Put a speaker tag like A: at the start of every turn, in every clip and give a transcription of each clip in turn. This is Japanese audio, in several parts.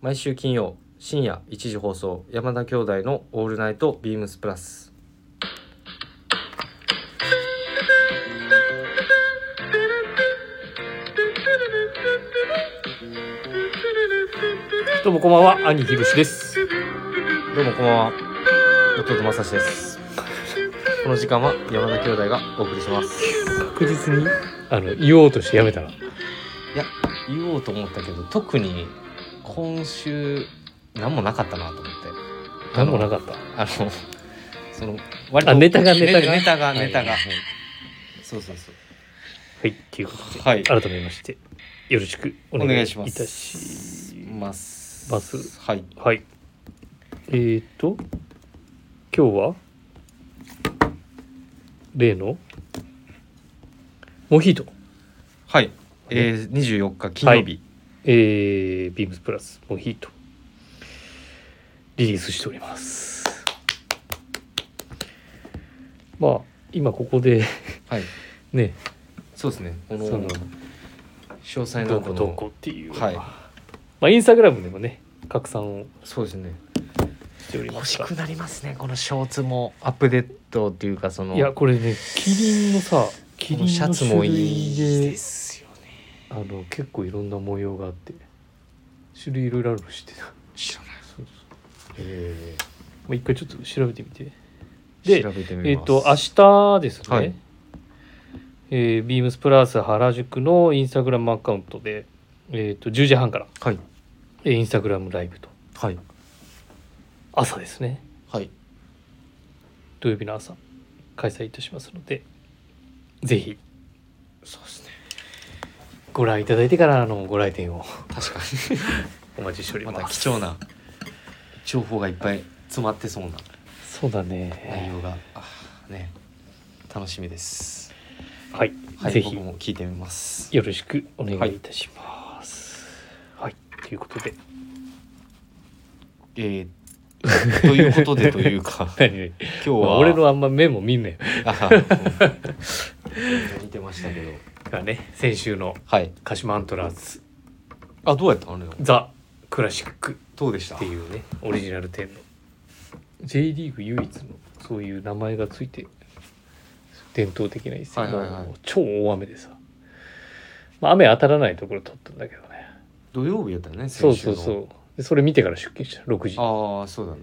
A: 毎週金曜深夜1時放送山田兄弟の「オールナイトビームスプラス」どうもこんばんは兄ひろしですどうもこんばんは弟まさしですこの時間は山田兄弟がお送りします
B: 確実にあの言おうとしてやめたら
A: いや言おうと思ったけど特に今週何もなかったなと思って
B: 何もなか
A: っ
B: った
A: たあのその割
B: あネタがネタが
A: ネタが
B: はい
A: ネタが、
B: はい
A: そうそうそう
B: はいということで、
A: はい
B: 改めましてよろしくお
A: お
B: 願
A: 願
B: い
A: い
B: い
A: します
B: たし
A: ます
B: ます
A: はい
B: はいえー、と今日は例のモヒート
A: はい、えー、24日金曜日
B: えー、ビームスプラスモヒートリリースしておりますまあ今ここで
A: はい、
B: ね
A: そうですねこの
B: その
A: 詳細なこ
B: どうこ
A: の
B: うどうこうっていうの
A: はい
B: まあインスタグラムでもね拡散を
A: そうですね
B: しておりま
A: 欲
B: す
A: し
B: が
A: くなりますねこのショーツもアップデートっていうかその
B: いやこれねキリンのさ
A: こ
B: キリ
A: の
B: ン
A: シャ
B: の
A: ツ
B: 種
A: も
B: 類
A: いいで
B: です
A: よね
B: あの結構いろんな模様があって種類いろいろあるの知ってた
A: 知らない
B: そうそう
A: え
B: まあ一回ちょっと調べてみて
A: ー、
B: で
A: 調べてみ
B: えっ、
A: ます
B: と明日ですね、
A: はい
B: えービームスプラス原宿のインスタグラムアカウントで、えっと10時半から、
A: はい
B: えーインスタグラムライブと
A: はい
B: 朝ですね
A: はい
B: 土曜日の朝開催いたしますのでぜひ
A: そうですね
B: ご覧いただいてからのご来店を
A: 確か
B: お待ちしており
A: に
B: ま、
A: ますた貴重な情報がいっぱい詰まってそうな
B: そうだ
A: 内
B: ね
A: 容が、あーね楽しみです
B: はい、
A: はい
B: ぜ
A: 僕
B: ひ
A: も聞いてみます
B: よろしくお願いいたしますはい、ということで
A: えー、ということでというか
B: 何
A: 今日
B: ま
A: は
B: あ俺のあんま目も見んなよ
A: あ うん似てましたけど
B: がね先週の
A: はい
B: 鹿島アントラーズ
A: あどうやったのあれ
B: ザ・クラシック
A: どうでした
B: っていうねオリジナル10の J リーグ唯一のそういう名前がついて伝統的な一戦
A: はいはいはい
B: もう超大雨でさ、まあ、雨当たらないところ取ったんだけどね
A: 土曜日やったよね
B: そ
A: 先週の
B: うそうそうでそれ見てから出勤した6時
A: ああそうだね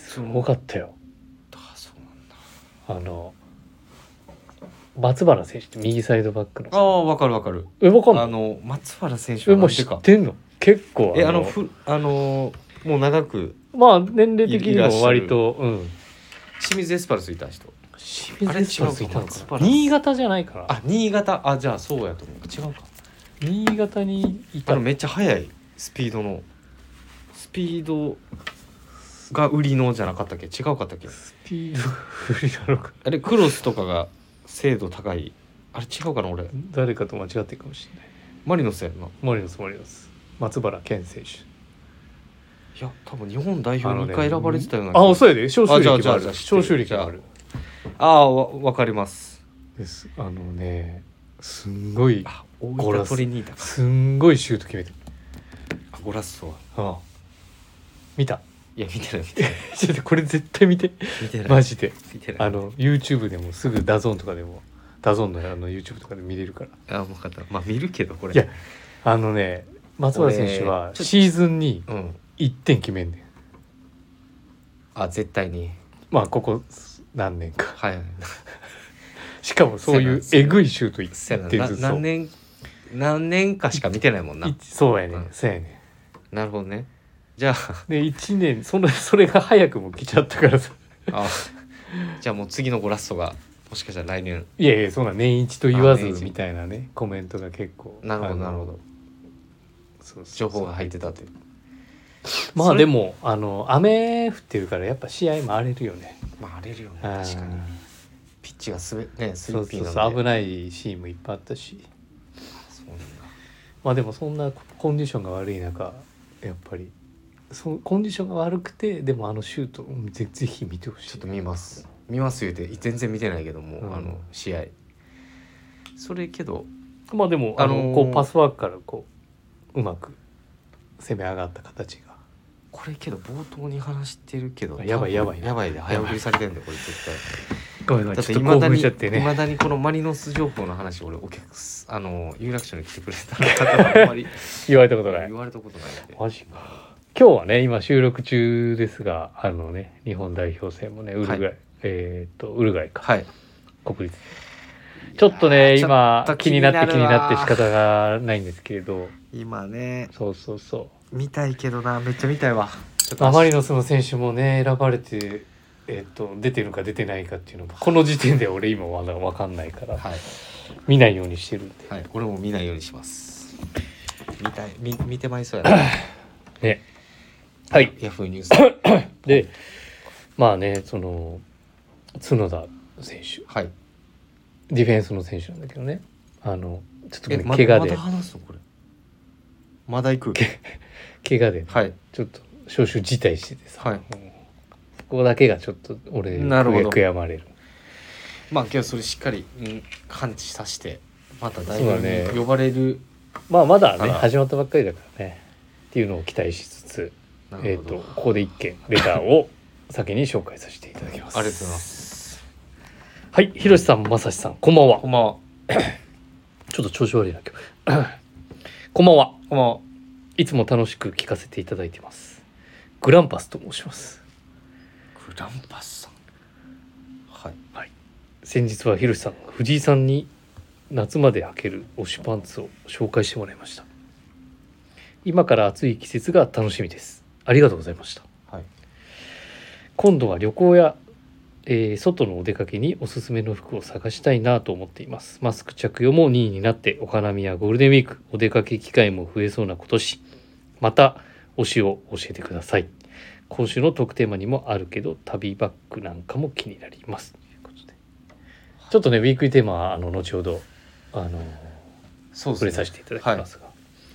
B: すごかったよ
A: あそうなんだ
B: あの松原選手って右サイドバックの
A: ああわかるわかる
B: えわかんな
A: あ
B: い
A: の松原選手
B: え
A: は
B: も
A: なん
B: う
A: てい
B: 知
A: うか
B: ってんの結構
A: えあのふあのもう長く
B: まあ年齢的に
A: いらっしゃ
B: も
A: る
B: 割とうん
A: 清水エスパルスいた人
B: 清
A: あれ
B: 水エスパルスいたの
A: 違う
B: か
A: か
B: な新潟じゃないかな
A: あ新潟あじゃあそうやと思う違うか
B: 新潟にい
A: あ
B: た
A: のめっちゃ速いスピードのスピードが売りのじゃなかったっけ違うかったっけ
B: スピード振りなのか
A: あれクロスとかが精度高いあれ違うかな俺
B: 誰かと間違ってるかもしれない
A: マリノスやんない
B: マリノスマリノス松原健選手
A: や多分日本代
B: あ
A: 表
B: の
A: に
B: ね
A: 1回選ばれてたような気が
B: あそうやで招集
A: あ
B: 力
A: じゃ
B: もあ
A: あじゃあ
B: る
A: じゃあ
B: 招集力もある
A: ああわわかります
B: ですあのねすんごい
A: あ大
B: ゴ
A: 分
B: ラス
A: トリニータか
B: すんごいシュート決めてる
A: あゴラッソは
B: ああ見た
A: いや見てない見てない
B: ちょっとこれ絶対見て
A: 見 てない
B: マジで
A: 見てない
B: あの YouTube でもすぐダゾーンとかでもダゾーンのあの YouTube とかで見れるから
A: あ分かったまあ見るけどこれ
B: いやあのね松原選手
A: 俺
B: は
A: ちょ
B: シーズンに
A: うん
B: 1点決めんねん
A: あ絶対に
B: まあここ何年か
A: はい
B: しかもそういうえぐいシュート
A: せやな
B: 1点
A: な
B: ずつを
A: 何年何年かしか見てないもんない
B: そうやね、
A: うん
B: ん、そうやね
A: なるほどねじゃあ
B: んで1年そのそれが早くも来ちゃったからさ
A: あじゃあもう次のゴラッソがもしかしたら来年
B: いやいやそんな年一と言わず
A: あ年一
B: みたいなねコメントが結構
A: なるほど
B: あの
A: なるほど
B: そうそうそう
A: 情報が入ってたという
B: ま
A: そ
B: あ
A: れ
B: でもあの雨降ってるからやっぱ試合も荒れるよね
A: まあ荒れるよね
B: あー
A: 確かにピッチがすべねスリ
B: そう
A: ッピ
B: そ
A: ー
B: う
A: なんで
B: そう危
A: い
B: ないシーンもいっぱいあったし
A: そうなんだ
B: まあでもそんなコンディションが悪い中やっぱりそのコンディションが悪くてでもあのシュートうんぜぜひ見てほしい
A: ちょっと見ます見ます言うて全然見てないけども、
B: うん
A: あの試合それけど
B: まあでも
A: あ
B: あ
A: の
B: の、
A: ー
B: こうパスワークからこううまく攻め上がった形が
A: これけど冒頭に話してるけど
B: やばいやばい
A: やばいで早送りされてるんだよこれ絶対
B: ごめんごめん
A: だってい
B: ちょっと
A: ま
B: 興
A: だ
B: 奮
A: に
B: しちゃって
A: いま
B: ね
A: だにこのマリノス情報の話俺お客すあの有楽町に来てくれた方あ んまり
B: 言われたことない
A: 言われたことないんで
B: マジか今日はね今収録中ですがあのね日本代表戦もねウルグアイ、
A: は
B: えーっとウルグアイか、
A: はい
B: 国立ちょっとね
A: いやー
B: 今
A: ちょっと
B: 気になって気
A: 気
B: に
A: になる
B: な
A: わ
B: って仕方がないんですけれど
A: 今ね
B: そうそうそ
A: 見たいけどなめっちゃ見たいわちょっ
B: う
A: と
B: あまりのその選手もね選ばれて、えっと出てるか出てないかっていうのもこの時点で俺今まだ分かんないから
A: はい、
B: 見ないようにしてるんで
A: はい、俺も見ないようにします見たい見見てまいそうやな
B: ねはい
A: ヤフーニュース は
B: でまあねその角田選手
A: い
B: ディフェンスの選手なんだけどねあのちょっとご
A: え
B: めん
A: ま
B: 怪我
A: ま
B: で、
A: だ話すのこれまだ行く
B: 怪我で
A: はい
B: ちょっと招集辞退しててさ、
A: はい
B: そこだけがちょっと俺
A: なるほど
B: 悔やまれる
A: まあ今日それしっかりうん感知させてまた代
B: そうだね
A: 表に呼ばれる、
B: まあまだ
A: あ
B: ね
A: ら
B: 始まったばっかりだからねっていうのを期待しつつ、
A: な
B: え
A: る
B: ー、
A: ほ
B: と
A: ど、
B: ここで一件レターを先に紹介させていただきます
A: ありがとうございます
B: はいひろしさんまさしさんこんばんは
A: こんばんは
B: ちょっと調子悪いな今日 こんばんは
A: こんばんはい
B: つも楽しく聞かせていただいてますグランパスと申します
A: グランパスさんはい
B: 先日はひろしさんが藤井さんに夏まで履ける推しパンツを紹介してもらいました今から暑い季節が楽しみですありがとうございました
A: はい
B: 今度は旅行や、えー外のお出かけにおすすめの服を探したいなと思っていますマスク着用も任意になってお花見やゴールデンウィークお出かけ機会も増えそうな今年また推しを教えてください今週のトークテーマにもあるけど旅バッグなんかも気になりますということでちょっとねウィークリーテーマはあの後ほどあの
A: そう
B: 触れ
A: です
B: さ
A: ね
B: せていただきますが、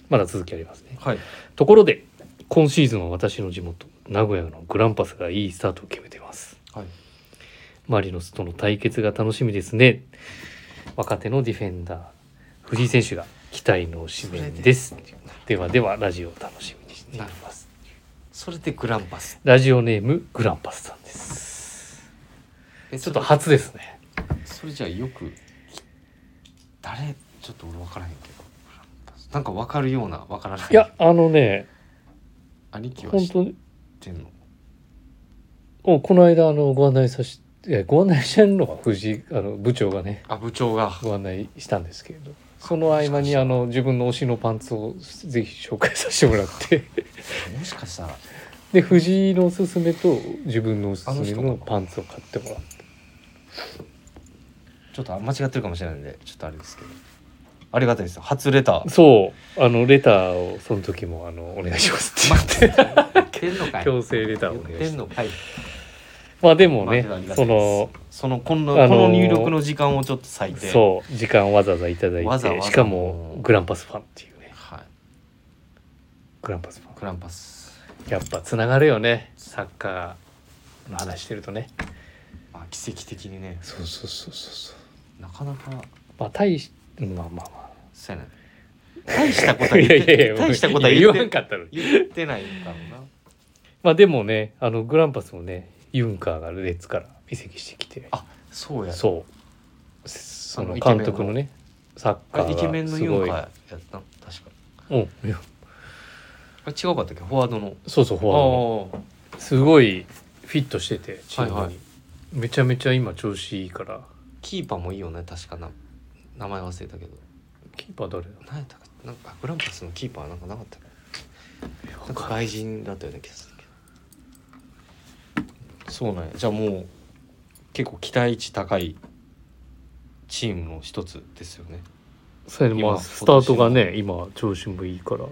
B: まだ続きありますね
A: はい
B: ところで今シーズンは私の地元名古屋のグランパスがいいスタートを決めてます
A: はい
B: マリノスとの対決が楽しみですね若手のディフェンダー藤井選手が期待の紙面ですではではラジオを楽しみにしています
A: それでグランパス
B: ラジオネームグランパスさんです
A: え
B: ちょっと
A: は
B: 初ですね
A: それじゃあよく誰ちょっと俺分からへんけどグランパスなんか分かるような分からない
B: いやあのね
A: 兄貴は
B: 本
A: 知っ
B: 当に
A: てんの
B: おこの間あのご案内さしえご案内してんのは藤井あの部長がね
A: あ部長が
B: ご案内したんですけれどその合間にあの自分の推しのパンツをぜひ紹介させてもらって
A: もしかしたら
B: で藤井のおすすめと自分のおすすめ
A: あの
B: の
A: 人か
B: パンツを買ってもらって
A: ちょっと間違ってるかもしれないんでちょっとあれですけどありがたいですよ初レター
B: そうあのレターをその時もあのお願いしますって言って
A: 言ってんのかい
B: 強制レターを
A: 言っ
B: お願い
A: て
B: し
A: ん
B: ま
A: のかい
B: す まあでも
A: まああ
B: ね
A: りがたいです
B: その
A: そのこんな
B: あのー
A: この入力の時間をちょっと割いて
B: そう時間わざわざいただいて
A: わざわざ
B: しかもグランパスファンっていうね
A: はい
B: グランパスファ
A: グランパス
B: ンやっぱつながるよねサッカーの話してるとね
A: まあ奇跡的にね
B: そうそうそうそうそう
A: なかなか
B: まあ大しまあまあまあ
A: そう やな大したことは言っ
B: いやいやい
A: て
B: や
A: 大したことは
B: 言
A: 言っ
B: わん
A: て
B: かったのに
A: 言ってないんだろうな
B: まあでもねあのグランパスもねユンカーがレッツから移籍してきて
A: あそうや
B: そうそ
A: あ
B: の
A: のイケメン
B: 監
A: の
B: 督のねサッカ
A: あ
B: ー
A: イケメン
B: が
A: の
B: す
A: ユンカ
B: ごい
A: ーやったな確か
B: うんいや
A: あ違うかったっけフォワードの
B: そうそうフォワードの
A: あ
B: すごいフィットしててチームに、
A: はいはい
B: めちゃめちゃ今調子いいから
A: あキーパーもいいよね確かな名前忘れたけど
B: キーパー誰だ
A: 何やったかなんかグランパスのキーパーなんかなかったっけなんか外人だったような気がするけどそうなんやじゃあもう結構期待値高いチームの一つですよね
B: それでまあ
A: 今
B: スタートがね今調子もいいから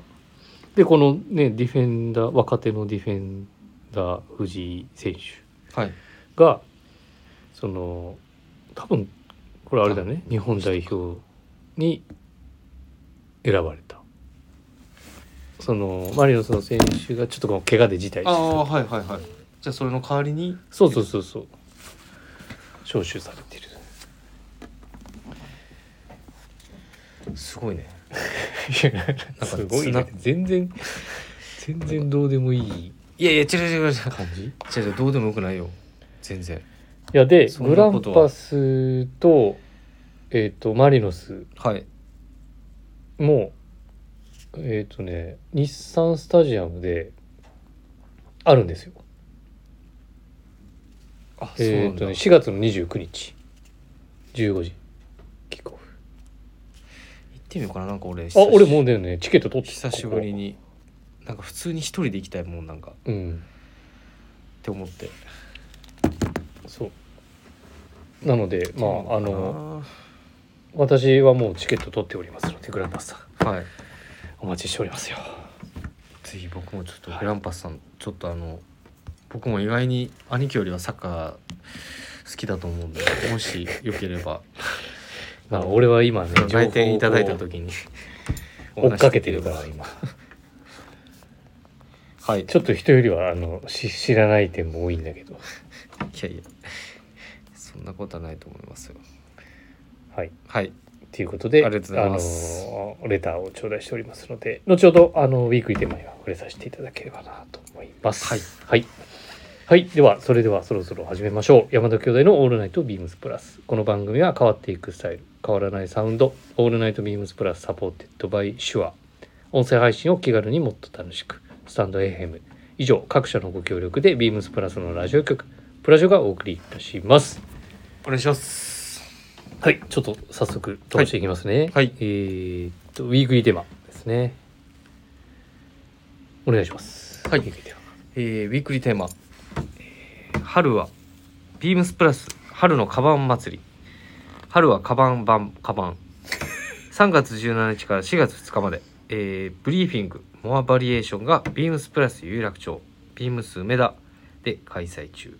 B: でこのねディフェンダー若手のディフェンダー藤井選手
A: はい
B: がその多分これあれだね日本代表に選ばれたそのマリノスの選手がちょっとこの怪我で辞退
A: ああ
B: して
A: はいはいはいじゃあそれの代わりに
B: そうそうそうそう招集されてる
A: すごいね
B: いやすご
A: つ
B: い
A: な
B: ね全然全然どうでもいい
A: いやいや違う違う違う違う
B: 感じい
A: 違う違うどうでもよくないよ全然
B: やで
A: そん
B: グ
A: な
B: ラ
A: こ
B: ン
A: とは
B: パスと,、えー、とマリノス
A: はい
B: もえっ、とね日産スタジアムであるんですよ。
A: あそう
B: え
A: なん
B: っ、と
A: だ、
B: ね4月の29日15時キックオフ。
A: 行ってみようかななんか俺
B: あ俺もうだよねチケット取って
A: 久しぶりになんか普通に一人で行きたいもんなんかっ
B: うん
A: て思って
B: そうなのでまああの
A: の
B: 私はもうチケット取っておりますのでグランパスさん
A: はい
B: お待ちしておりますよ
A: ぜひ僕もちょっと
B: はい
A: グランパスさん、ちょっとあの僕も意外に兄貴よりはサッカー好きだと思うんでもしよければ
B: まあ俺は今ね 情報
A: 来
B: を
A: 店いただいた時に
B: 追っかけてるから今
A: はいい
B: ちょっと人よりはあのし知らない点も多いんだけど
A: やいやそんなことはないと思いますよ
B: はい
A: はい
B: ということで
A: ありがとうございます
B: あのレターを頂戴しておりますので後ほどあのウィークリーテーマには触れさせていただければなと思います
A: はい
B: はいはいではそれではそろそろ始めましょう山田兄弟の「オールナイトビームスプラス」この番組は変わっていくスタイル変わらないサウンド「オールナイトビームスプラス」サポーテッドバイシュア音声配信を気軽にもっと楽しくスタンド FM 以上各社のご協力でビームスプラスのラジオ局プラジオがお送りいたします
A: お願いします
B: はい、ちょっと早速飛ばしていきます
A: はい
B: ね。
A: はい
B: えーっと、ウィークリーテーマですね。お願いします。
A: はい
B: ウィークリーテーマ。
A: えーウィークリーテーマ、えー春はビームスプラス春のカバン祭り春はカバン版カバン3月17日から4月2日まで、えーブリーフィングモアバリエーションがビームスプラス有楽町ビームス梅田で開催中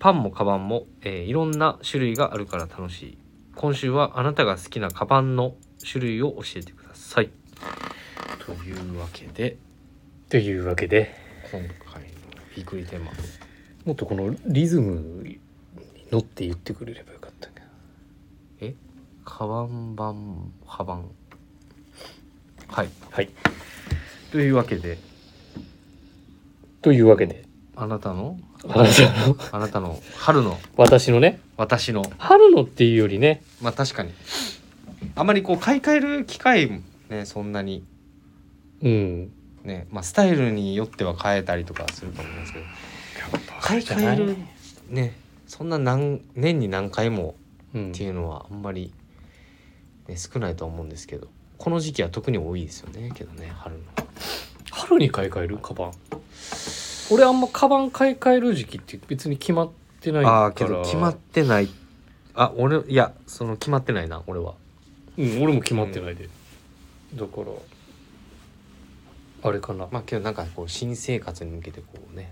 A: パンもカバンも、えーいろんな種類があるから楽しい今週はあなたが好きなカバンの種類を教えてくださいというわけで
B: というわけで、
A: 今回のウィークリーテーマ
B: もっとこのリズムに乗って言ってくれればよかったけど。
A: カバンバンカバンはい
B: はい。
A: というわけで
B: というわ けで、
A: あなたの
B: あなたの、
A: あなたの春の
B: 私のね、
A: 私の
B: 春のっていうよりね、
A: まあ確かにあまりこう買い替える機会もねそんなに
B: うん。
A: ねまあスタイルによっては変えたりとかすると思いますけど買い替えるねそんな何年に何回も
B: うん
A: っていうのはあんまり、ね、少ないと思うんですけどこの時期は特に多いですよねけどね春の
B: 春に買い替えるカバン俺あんまカバン買い替える時期って別に決まってないから
A: ああーけど決まってないあ俺いやその決まってないな俺は
B: うん、俺も決まってないで、だからあれかな、
A: まあけどなんかこう新生活に向けてこうね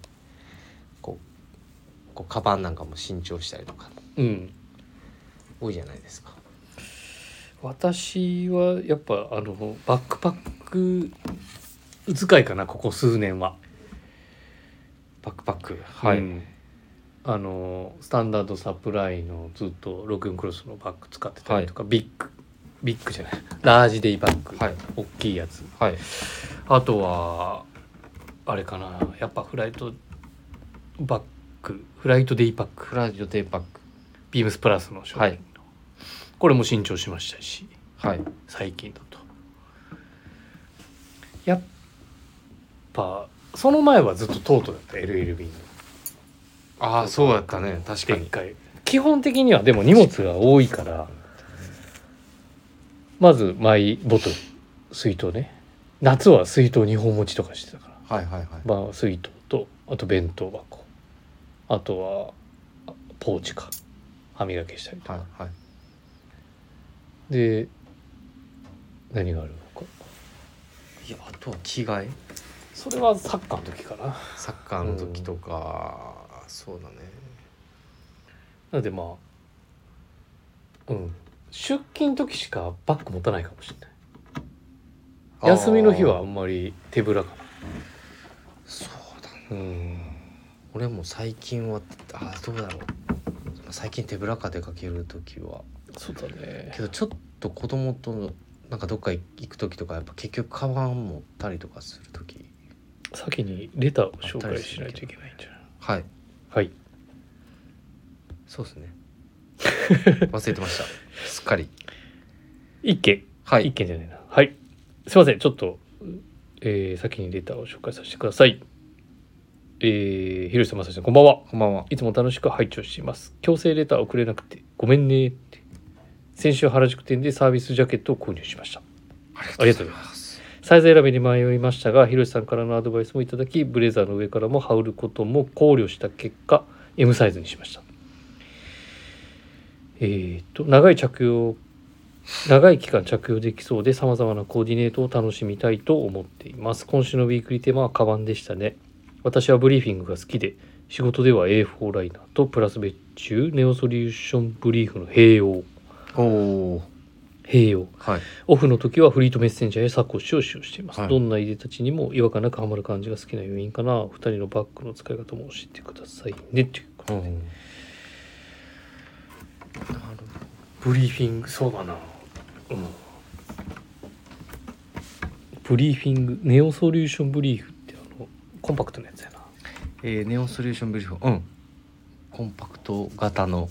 A: こうこうカバンなんかも新調したりとか
B: うん
A: 多いじゃないですか
B: 私はやっぱあのバックパック使いかなここ数年は
A: バックパックはい、
B: うんあのスタンダードサプライのずっと64クロスのバッグ使ってたりとか、ビッグビッグじゃないラージデイバッグ、
A: はい
B: 大きいやつ
A: はい
B: あとはあれかなやっぱフライトバッグフライトデイバッグ
A: クラジオテーパック
B: ビームスプラスの商品の、
A: はい
B: これも新調しましたし
A: はい
B: 最近だとやっぱその前はずっとトートだった LLB の
A: ああそうやったね確か
B: でっ
A: に
B: かい基本的にはでも荷物が多いからまずマイボトル水筒ね夏は水筒2本持ちとかしてたから
A: はいはいはい
B: まあ、水筒とあと弁当箱あとはあポーチか歯磨きしたりとか、
A: はいはい
B: で何があるのか
A: いやあとは着替え
B: それはサッカーの時かな
A: サッカーの時とか、そうだね
B: なのでまあうん出勤の時しかバッグ持たないかもしれない休みの日はあ
A: あー
B: んまり手ぶらか
A: そうだね
B: なうん
A: 俺も最近はあどうだろう最近手ぶらか出かける時は
B: そうだね
A: けどちょっと子供となんかどっか行く時とかやっぱ結局カバン持ったりとかする時
B: 先にレターを紹介しないといけないんじゃない
A: はい
B: はい
A: そうです ね忘れてましたすっかり
B: 一件
A: は
B: 一
A: い
B: 件じゃないなはいすいませんちょっと、えー先にレターを紹介させてくださいえー、ひろしさんまさしさんこんばんは
A: こんばんはい
B: つも楽しく拝聴しています強制レター送れなくてごめんねって先週原宿店でサービスジャケットを購入しました
A: ありがとうございます
B: サイズ選びに迷いましたがひろしさんからのアドバイスもいただきブレザーの上からも羽織ることも考慮した結果 M サイズにしましたえーっと長い着用長い期間着用できそうでさまざまなコーディネートを楽しみたいと思っています今週のウィークリーテーマはカバンでしたね私はブリーフィングが好きで仕事では A4 ライナーとプラス別注ネオソリューションブリーフの併用
A: おおー
B: 併用
A: はい
B: オフの時はフリートメッセンジャーやサコッシュを使用しています、
A: はい
B: どんないでたちにも違和感なくハマる感じが好きな要因かなお二人のバッグの使い方も教えてくださいねっていうことでブリーフィングそうだなうんブリーフィングネオソリューションブリーフってあのコンパクトなやつやな
A: えーネオンソリューションブリーフうんコンパクト型の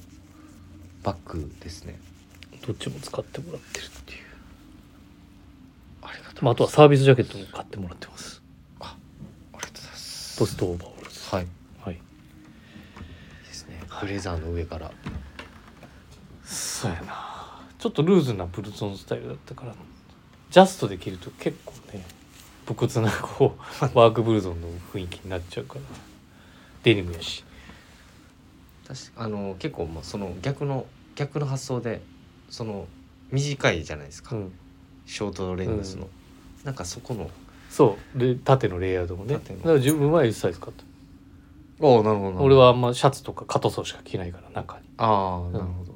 A: バッグですね
B: どっちも使ってもらってるっていう、
A: ありがとう
B: まあ、あ
A: ご
B: とは
A: ざい
B: サービスジャケットも買ってもらってます
A: ますありがとうございます
B: ポストオーバーオールズ
A: はいい
B: はい
A: いですねブレザーの上から
B: そうやなちょっとルーズなブルゾンスタイルだったからジャストで着ると結構ね武骨なこ うワークブルゾンの雰囲気になっちゃうからデニムやし
A: 確かあの結構もうその逆の逆の発想でその短いじゃないです
B: う
A: か、
B: ん
A: ショートレングスの、なんかそこの
B: そうで縦のレイヤードもねだ
A: 縦の
B: から自分は S サイズ買った、
A: ああなるほど
B: 俺はあんまシャツとかカトソーしか着ないから中に
A: ああ
B: ん
A: なるほど、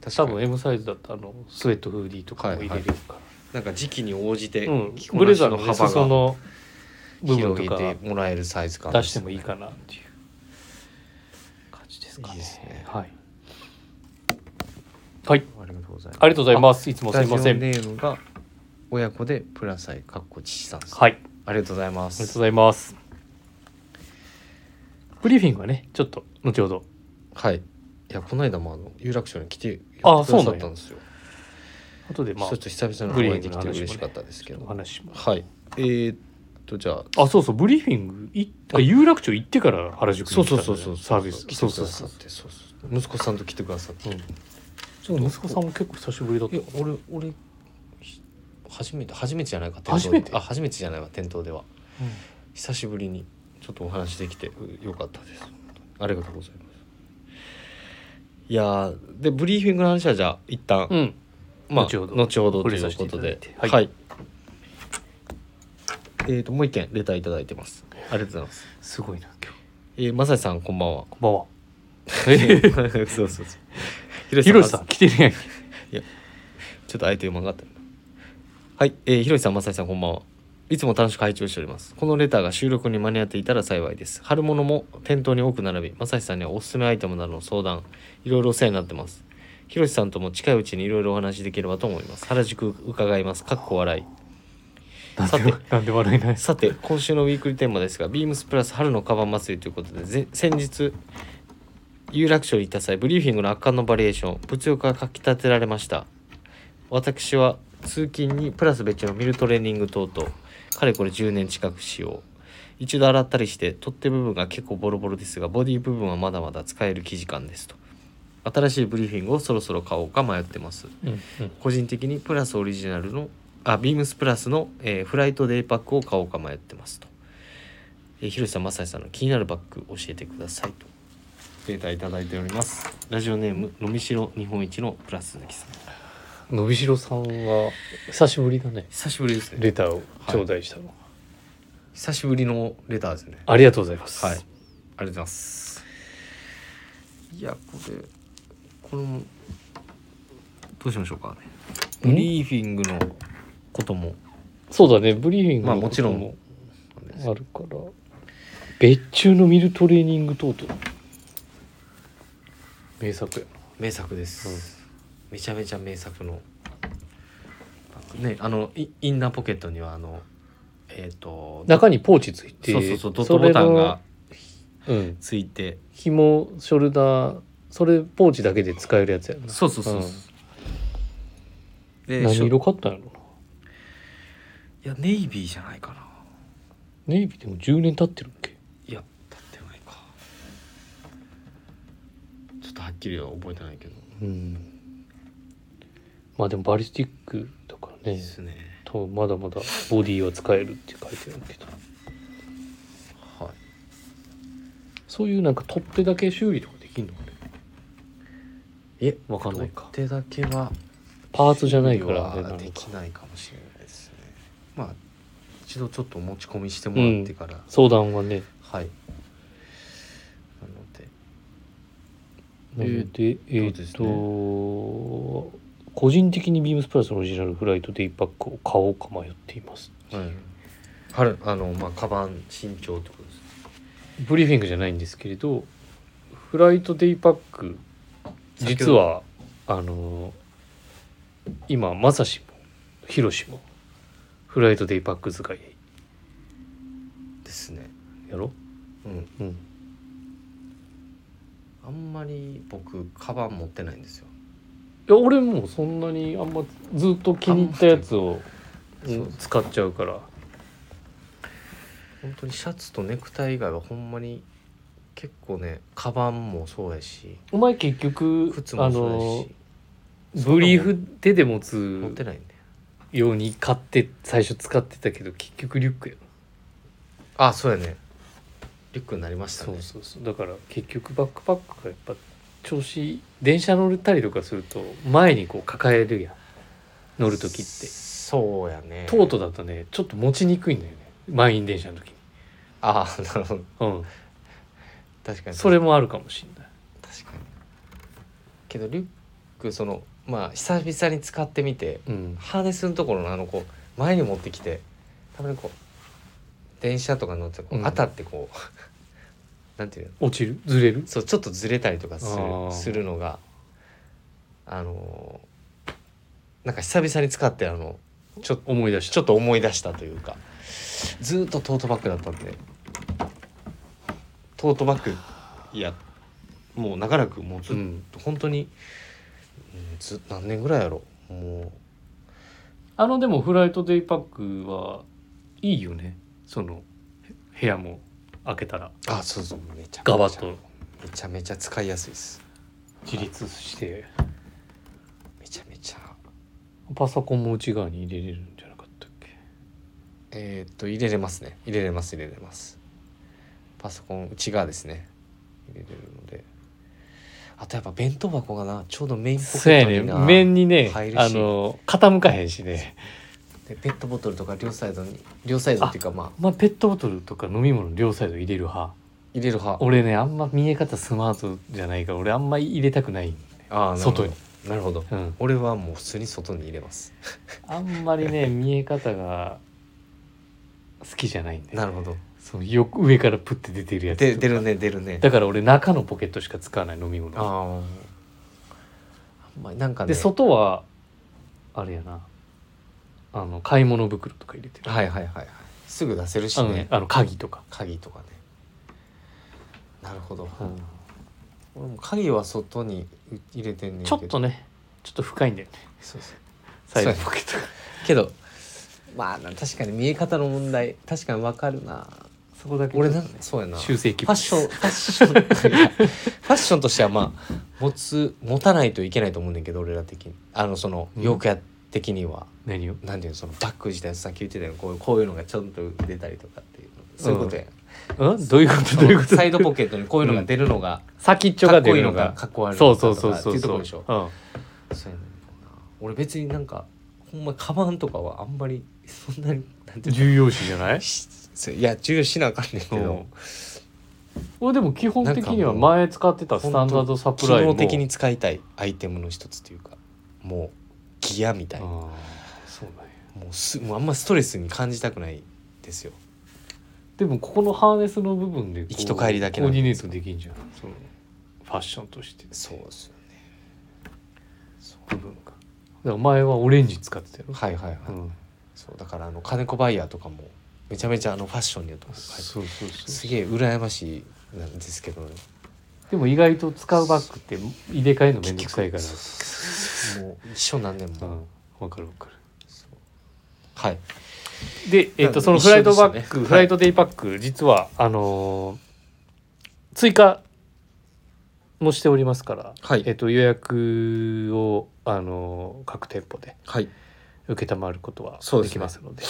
A: 確か
B: 多
A: に
B: 分 M サイズだったらあのスウェットフーディーとかも入れれるか
A: な
B: ら、
A: んか時期に応じて
B: うん
A: 着
B: ブ
A: こ
B: レ
A: なし
B: ザー
A: の
B: のね
A: 幅
B: 裾
A: が
B: の部分
A: 広
B: と
A: げ
B: か
A: てもらえるサイズ感
B: 出してもいい
A: な
B: かなっていう感じですかね。
A: いいですね
B: はい。はい、
A: ありがとうございます
B: ありがとうございます。いつもす
A: ラ
B: い
A: ジオ
B: ません。
A: ネームが親子でプラサイかっこ父さんです
B: はい、あり
A: ありがとうございま
B: がとうご
A: す
B: ざいます。ブリーフィングはね、ちょっと後ほど。
A: はいいやこの間もあの有楽町に来てやってく
B: あ
A: だ
B: そうなんや
A: さったんですよ
B: 後でまあ
A: ちょっと久々
B: ブ
A: に
B: リ
A: お
B: ーフ
A: 会
B: ィ
A: い
B: ング
A: できて
B: の話もね
A: 嬉しかったですけ
B: お
A: ど
B: 話も。
A: はいえー、っとじゃあ
B: あ、そうそう、ブリーフィングいあ有楽町行ってから原宿に
A: そ
B: 来
A: う
B: たんだ
A: そ
B: よ
A: うそうそう
B: サービス。
A: 来て
B: そう
A: く
B: そう
A: ださ
B: そ
A: っ
B: う。
A: てそうそう息子さんと来てくださって、
B: うん
A: い
B: ちょっと息子さんも結構久しぶりだった
A: や。俺俺ひ初めて初めてじゃないか
B: 初めて
A: 店頭であ初めてじゃないわ店頭では久しぶりにちょっとお話できてうよかったです本当にありがとうございますいやーでブリーフィングの話はじゃあ一旦、
B: うん。うん
A: まあ
B: 後ほど
A: 後ほど
B: 触
A: とい
B: れさ
A: う
B: せて
A: こ
B: いた
A: と
B: だい
A: で
B: ては
A: はいい、えー、ともう一件レターいただいてますありがとうございます
B: すごいな、今日。
A: えー、まさしさんこんばんは
B: こんばんは。
A: そうそうそう
B: ひろしさん来てるやんけ。
A: ちょっと相手読まんかったなはい、えー、ひろしさん、まさしさん、こんばんは。いつも楽しく拝聴しております。このレターが収録に間に合っていたら幸いです。春物も店頭に多く並び、まさしさんにはおすすめアイテムなどの相談、いろいろお世話になってます。ひろしさんとも近いうちにいろいろお話しできればと思います。原宿伺います。かっこ笑い。さて、
B: なんで笑いない
A: さて今週のウィークリーテーマですがビームスプラス春のカバン祭りということでぜ先日有楽町に行った際ブリーフィングの圧巻のバリエーション物欲がかきたてられました私は通勤にプラス別注のミルトレーニング等々かれこれ10年近く使用一度洗ったりして取っ手部分が結構ボロボロですがボディ部分はまだまだ使える生地感ですと新しいブリーフィングをそろそろ買おうか迷ってます
B: うんうん
A: 個人的にプラスオリジナルのあビームスプラスの、えーフライトデイパックを買おうか迷ってますと、えー、広瀬さん正さんの気になるバッグ教えてくださいとデータいただいておりますラジオネームのみしろ日本一のプラス鈴木さん
B: のびしろさんは久しぶりだね
A: 久しぶりですね
B: レターを頂戴したの、
A: 久しぶりのレターですね
B: ありがとうございます、
A: はいありがとうございますいやこれこのどうしましょうかねブリーフィングのことも
B: そうだねブリーフィング
A: まあもちろ
B: の
A: ん
B: こともあるから別注のミルトレーニング等々名作や
A: 名作です、めちゃめちゃ名作のねあのイインナーポケットにはあの、ええっ、と
B: 中にポーチついて
A: そうそうそうドットボタンが
B: それのうん
A: ついて
B: 紐ショルダーそれポーチだけで使えるやつやんな
A: そうそうそうそう、で
B: 何
A: しょ
B: 色買ったんやろない
A: やネイビーじゃないかな
B: ネイビーでも10年経ってるっけ
A: いや立ってないかちょっとはっきりは覚えてないけど、
B: うんまあでもバリスティックだから
A: いい
B: ね
A: ですね
B: とまだまだボディは使えるって書いてあるけど
A: はい
B: そういうなんか取っ手だけ修理とかできんのかね
A: え
B: わかんないか
A: 取っ手だけは
B: パーツじゃないからあれな
A: は
B: のか
A: できないかもしれないですねまあ一度ちょっとお持ち込みしてもらってから、
B: 相談はね
A: はいなので
B: なのでえ
A: え
B: ー
A: っと
B: っと、個人的にビームスプラスのオリジナルフライトデイパックを買おうか迷っています
A: はい、春あのまあカバン身長ってことです
B: ブリーフィングじゃないんですけれどフライトデイパック
A: 先
B: 実
A: ほど
B: はあの今まさしもひろしもフライトデイパック使い
A: ですね
B: やろ、
A: うん
B: うん、
A: あんまり僕カバン持ってないんですよ
B: いや俺もそんなにあんまずっと気に入ったやつを
A: あんまり
B: うん使っちゃうから
A: 本当にシャツとネクタイ以外はほんまに結構ねカバンもそうやし
B: お前結局
A: 靴
B: あ
A: もそうや
B: の
A: し
B: ブリーフ手で持
A: 持って
B: つ
A: ないんで
B: ように買って最初使ってたけど結局リュックやろ
A: あそうやねリュックになりましたね
B: そうそうそうだから結局バックパックがやっぱ調子いい電車乗ったりとかすると前にこう抱えるやん乗る時って
A: そうやね
B: トートだとねちょっと持ちにくいんだよね満員電車の時に
A: ああなるほど
B: うん
A: 確かに
B: それもあるかもしんない
A: 確かにけどリュックそのまあ久々に使ってみて
B: うん
A: ハーネスのところのあのこう前に持ってきてたまにこう電車とか乗ってこう
B: うん
A: 当たってこう、なんていう の
B: 落ちるずれる
A: そうちょっとずれたりとかす
B: あー
A: るするのがあのーなんか久々に使ってあの
B: ちょっと思い出し
A: ちょっと思い出したというかずーっとトートバッグだったんでトートバッグいやもう長らくもうず
B: た
A: っ
B: う
A: と、
B: ん
A: 本当に、うん、ず何年ぐらいやろも
B: あのでもフライトデイパックはいいよねそのへ部屋も開けたら
A: うあそうそうめちゃめちゃ
B: ガバッと
A: めちゃめちゃ使いやすいです
B: 自立して
A: めちゃめちゃ
B: パソコンも内側に入れれるんじゃなかったっけ
A: えーっと入れれますね入れれます入れれますパソコン内側ですね入れれるのであとやっぱ弁当箱がなちょうどメインポケ
B: そうやね
A: ットにな
B: 面にね
A: 入るし
B: あの傾かへんしね、
A: でペットボトルとか両サイドに両サイドっていうかまあ
B: まあ、ペットボトルとか飲み物両サイド入れる派
A: 入れる派
B: 俺ねあんま見え方スマートじゃないから俺あんま入れたくない、
A: あー
B: 外に
A: なるほど
B: うん、
A: 俺はもう普通に外に入れます
B: あん まりね見え方が好きじゃないんで
A: なるほど
B: そうよく上からプッて出てるやつ
A: で出るね出るね
B: だから俺中のポケットしか使わない飲み物
A: あああんまりなんかね
B: で外はあれやなあの買い物袋とか入れてる、
A: はいはいはいはいすぐ出せるし
B: あの
A: ね
B: あの鍵とか、
A: 鍵とかねなるほど、
B: うん
A: 俺も鍵は外に入れてんねんけ
B: ちょ
A: ど
B: っとねちょっと深いんだよね
A: そうそう
B: サイド
A: そうやね
B: ポケットが
A: けどまあな確かに見え方の問題確かにわかるな
B: そこだけ
A: 俺
B: ちょ
A: な
B: っとね
A: そうやな
B: 修正期
A: ファッションファッションいやファッションとしてはまあ持つ持たないといけないと思うねんだけど俺ら的にあのその
B: うん
A: 洋服屋的には、
B: 何を
A: なんていうのそのバッグ自体さっき言ってたようにこういうこういうのがちょっと出たりとかっていうのそういうこと や、
B: うんどういうことどういうこと
A: サイドポケットにこういうのが出るのが、
B: 先っちょ
A: か
B: が
A: っこ
B: 出
A: いい
B: る
A: の
B: の
A: か
B: が
A: かっこ悪い
B: そ
A: の
B: う
A: か
B: そ
A: と
B: うそ
A: かって
B: うそ
A: いううとこ
B: そう
A: でしょ
B: うん
A: そうやねんな俺別になんかほんまカバンとかはあんまりそんなになんていうの
B: 重要視じゃない
A: しそういや重要しなあかんねんけ
B: うん
A: ど
B: 俺でも基本的に
A: なんかも
B: は
A: う
B: 前使ってたスタンダードサプ
A: 機
B: ライも
A: 能的に使いたいアイテムの一つというかもうギアみたいなも
B: あーそうなんや
A: うすもうあんまストレスに感じたくないですよ
B: でもここのハーネスの部分でこう
A: 行きと帰りだけ
B: コ
A: な
B: ー
A: ん
B: デ
A: で
B: ィネートできんじゃんそのファッションとして
A: そうですよねそう
B: 部分がだから前はオレンジ使ってたよ、
A: はいはいはい、
B: うん、
A: そうだからあの金子バイヤーとかもめちゃめちゃあのファッションにやってます、
B: そうそうそう
A: すげえ羨ましいなんですけど、ね、
B: でも意外と使うバッグって入れ替えるのめんどくさいから
A: そうそうそうもう一緒何年
B: う
A: も、
B: んわかるわかる
A: はい
B: で、えっ
A: な
B: と、
A: ん
B: そのフライトバッ
A: 一緒
B: グ、
A: ですよね
B: フライトデイパック実はあのー追加もしておりますから、
A: はい
B: えっと、予約を、あのー各店舗で
A: はい
B: 承ることは
A: そう
B: で
A: です
B: き
A: ね
B: ますので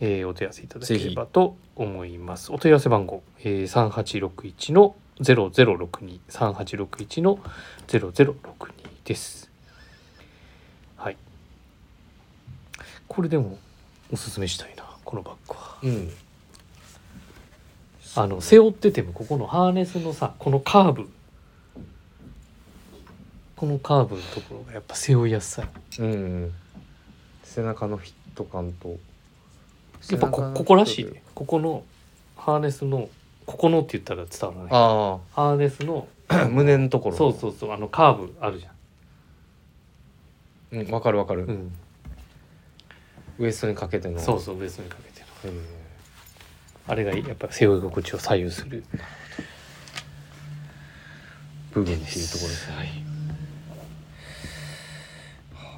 B: えーお問い合わせいただければと思います。お問い合わせ番号、えー、3861の0062、3861の0062です。はい。これでもおすすめしたいな、このバッグは。
A: うん
B: あの背負っててもここのハーネスのさこのカーブこのカーブのところがやっぱ背負いやすさ
A: うん背中のフィット感と
B: やっぱこここらしいねここのハーネスのここのって言ったら伝わらない
A: あ
B: ハーネスの
A: あ 胸のところ
B: そうそうそうあのカーブあるじゃ
A: う、うん、わかるわかる、
B: ん、うん、
A: ウエストにかけての
B: そうそうベースにかけてる
A: へえ
B: あれがやっぱ背負い心地を左右する
A: 部分っていうところですね
B: は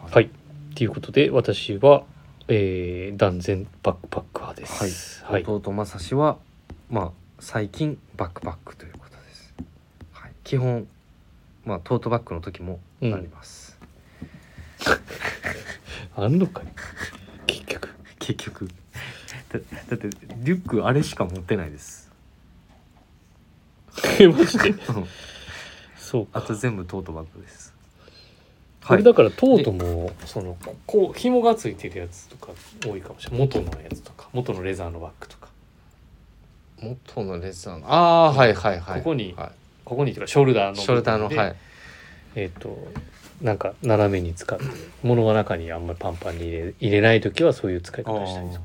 B: い、はい、ということで私は、えー、断然バックパック派です
A: はい、弟正志はまあ最近バックパックということです、はい、基本まあトートバッグの時もあります、
B: あんのかい結局
A: 結局だだってリュックあれしか持ってないです
B: えマジで
A: うん
B: そうか
A: あと全部トートバッグです
B: こ
A: は
B: れ
A: い
B: だからとうとうもそのここう紐がついてるやつとか多いかもしれない元のやつとか元のレザーのバッグとか
A: 元のレザーのああーはいはいはい
B: ここに
A: は
B: ここにとかショルダー
A: い、
B: の
A: ショルダーの
B: 部分で
A: はい
B: えっ、となんか斜めに使って物が中にあんまりパンパンに入れ入れない時はそういう使い方したりとか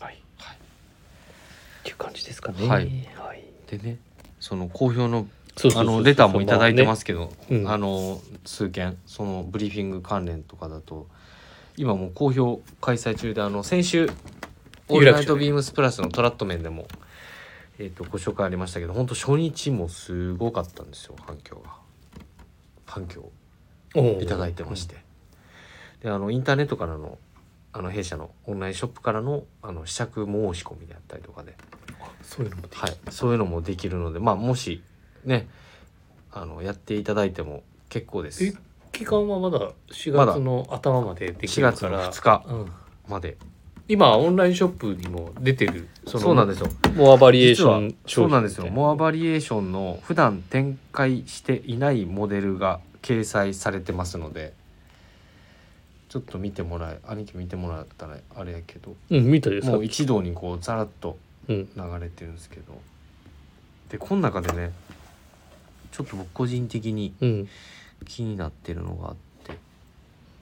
B: は
A: は
B: い、
A: い
B: っていう感じですかね
A: はい
B: はい
A: でねその好評の
B: そうそ
A: あ
B: うそうそう、
A: のレターもいただいてますすけど、
B: うん
A: あの数件そのブリーフィング関連とかだと今もう好評開催中であの先週「オー
B: 有楽町で
A: ルナイトビームスプラス」のトラット面でも、えっとご紹介ありましたけど本当初日もすごかったんですよ反響が反響
B: おー
A: いただいてまして、であのインターネットからのあの弊社のオンラインショップからのあの試着申し込みであったりとかで
B: あそういうのもできる
A: はい、そういうのもできるので、まあ、もしねあのやっていただいても結構で
B: え
A: す
B: 期間はまだ4
A: まだ
B: 月の頭まででき
A: 4
B: る
A: 月
B: か
A: の
B: ら
A: 2日
B: うん、
A: まで
B: 今オンラインショップにも出てる
A: そ
B: その
A: うなんですよ
B: モアバリエーシ
A: 実
B: ョ
A: は
B: ン商
A: そう
B: 品
A: なんですよモアバリエーションの普段展開していないモデルが掲載されてますのでちょっと見てもらえ兄貴見てもらったらあれやけど
B: うん見たです
A: もう一堂にこうざらっと
B: うん
A: 流れてるんですけどでこの中でねちょっと僕個人的に
B: うん
A: 気になってるのがあって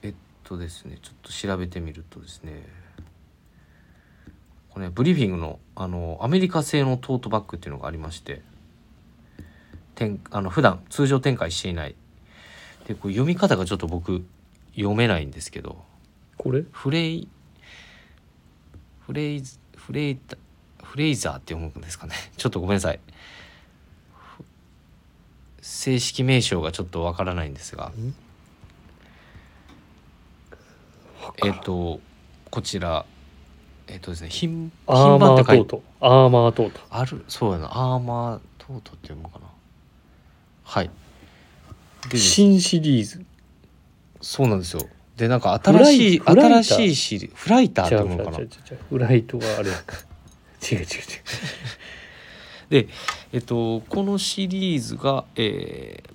A: えっとですねちょっと調べてみるとですねこれねブリーフィングのあのアメリカ製のトートバッグっていうのがありまして展あの普段通常展開していないでこれ読み方がちょっと僕読めないんですけど
B: これ
A: フレイフレイズフレイタフレイザーって読むんですかね ちょっとごめんなさいふ正式名称がちょっとわからないんですがえっ、とこちらえっ、とですね品
B: アー
A: 品番
B: マ
A: っ
B: ー
A: て書
B: トー
A: いて
B: トアーマートート
A: あるそうやなアーマートートって読むのかなはいでです
B: 新シリーズ
A: そうなんですよでなんか
B: フ
A: 新
B: ライ
A: しい
B: フライ
A: 新
B: ター
A: しいシリフライターって
B: じゃあ
A: 読むのかな
B: フライトはあれ 違う違う違う
A: えっと、このシリーズが、えー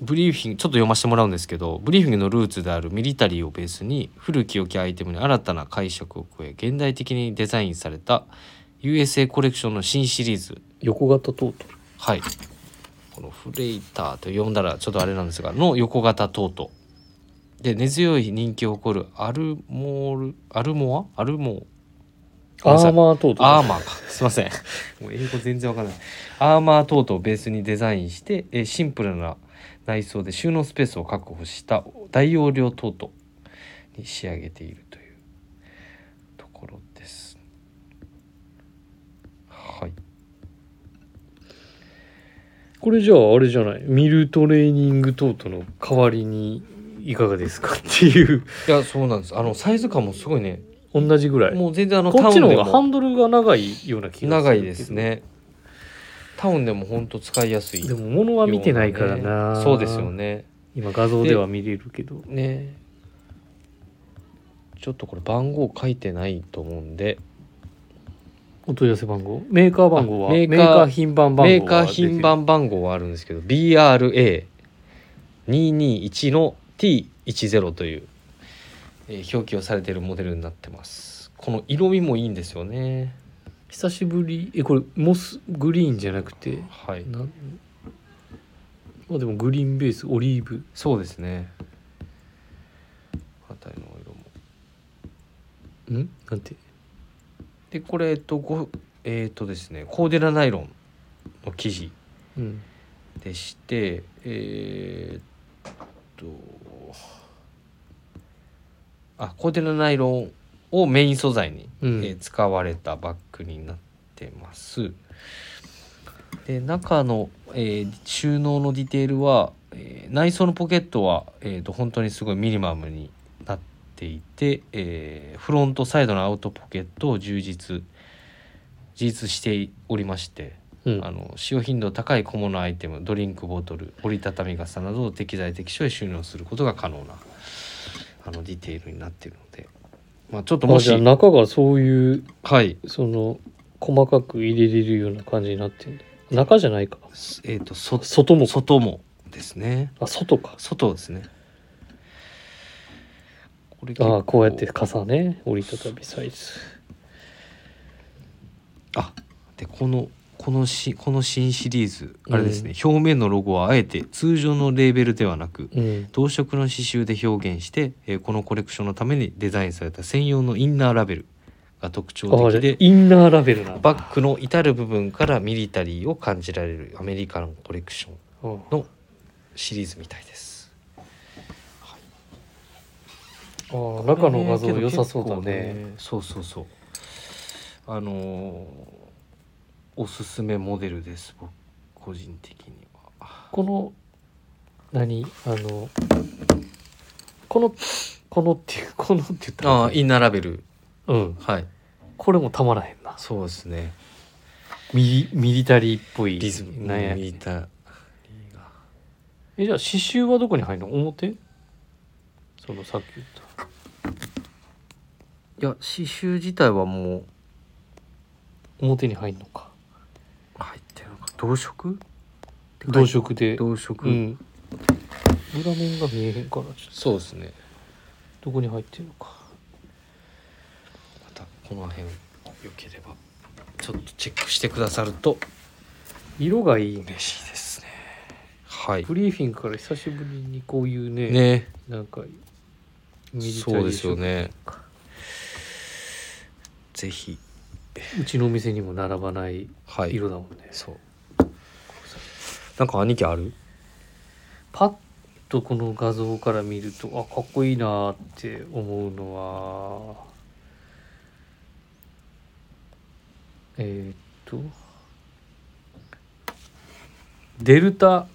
A: ブリーフィングちょっと読ませてもらうんですけどブリーフィングのルーツであるミリタリーをベースに古き良きアイテムに新たな解釈を加え現代的にデザインされた USA コレクションの新シリーズ
B: 横型トート
A: はいこのフレイターと呼んだらちょっとあれなんですがの横型トートで根強い人気を誇るアルモールアルモアアルモーごめんな
B: ア
A: さい
B: ーマートート
A: アーマーかすいませんもう英語全然わかんないアーマートートをベースにデザインしてえーシンプルな内装で収納スペースを確保した大容量トートに仕上げているというころですはい
B: これじゃああれじゃない見るトレーニング等々の代わりにいかがですかっていう
A: いやそうなんですあのサイズ感もすごいね
B: 同じぐらい
A: もう全然あの
B: こっちの方
A: タウンでも
B: がハンドルが長いような気がする
A: 長いですねタウンでも本当使いやすい
B: でも物は見てないからな、
A: そうですよね
B: 今画像では見れるけど
A: ねちょっとこれ番号書いてないと思うんで
B: お問い合わせ番号メーカー番号は
A: あ
B: メ
A: メ
B: ー
A: ー
B: カ
A: カ
B: ー
A: ー
B: 品番番号は
A: メーカー品番番号はあるんですけど BRA221 の T10 という、えー表記をされているモデルになってますこの色味もいいんですよね
B: 久しぶりえこれモスグリーンじゃなくて
A: はい
B: なんまあでもグリーンベースオリーブ
A: そうですね反対の色も
B: んなんて
A: でこれえっとごえっ、とですねコーデラナイロンの生地
B: うん
A: でしてえーっとあコーデナナイロンをメイン素材に、
B: うん
A: えー使われたバッグになってますで中の、えー収納のディテールは、えー内装のポケットは、えー、と本当にすごいミニマムになっていて、えーフロントサイドのアウトポケットを充実充実しておりまして
B: うん
A: あの使用頻度高い小物アイテムドリンクボトル折りたたみ傘などを適材適所へ収納することが可能なあのディテールになっているので、まあ、ちょっとも
B: あ
A: し
B: じゃあ中がそういう
A: はい、
B: その細かく入れれるような感じになってる中じゃないか
A: すえー、とそ
B: 外も
A: 外もですね
B: あ外か
A: 外ですねこれ結
B: あ
A: 構
B: あこうやって傘ね折りたたみサイズ
A: あでこのこのしこの新シリーズあれですね
B: う、
A: 表面のロゴはあえて通常のレーベルではなく
B: うん
A: 同色の刺繍で表現して、えーこのコレクションのためにデザインされた専用のインナーラベルが特
B: あ
A: 徴的
B: あじゃあ
A: で
B: インナーラベルなんだ
A: バッグの至る部分からミリタリーを感じられるアメリカのコレクション
B: うん
A: シリーズみたいです
B: ああ中の画像
A: これ
B: 良さそうだね
A: 結構そうそうそうあのーおすすめモデルです僕個人的には
B: この何あのこのこのっていうこのって言ったら
A: ああインナーラベル
B: うん
A: はい
B: これもたまらへんな
A: そうですね
B: ミリミリタリーっぽい
A: リズム
B: なんや
A: ミリタリーが
B: えじゃあ刺繍はどこに入るの表そのさっき言った
A: いや刺繍自体はもう
B: 表に入るのか
A: 入ってるのか同色
B: 同色で
A: 同色、
B: うん裏面が見えへんからちょっと
A: そうですね
B: どこに入ってるのか
A: またこの辺よければちょっとチェックしてくださると
B: 色がいいね
A: 嬉しいですねはい
B: ブリーフィングから久しぶりにこういうね
A: ね
B: なんか
A: そうですよね
B: 色
A: ぜひ
B: うちのお店にも並ばない
A: はい
B: 色だもんね、
A: そうなんか兄貴ある
B: パッとこの画像から見るとあかっこいいなーって思うのはえーっとデルタ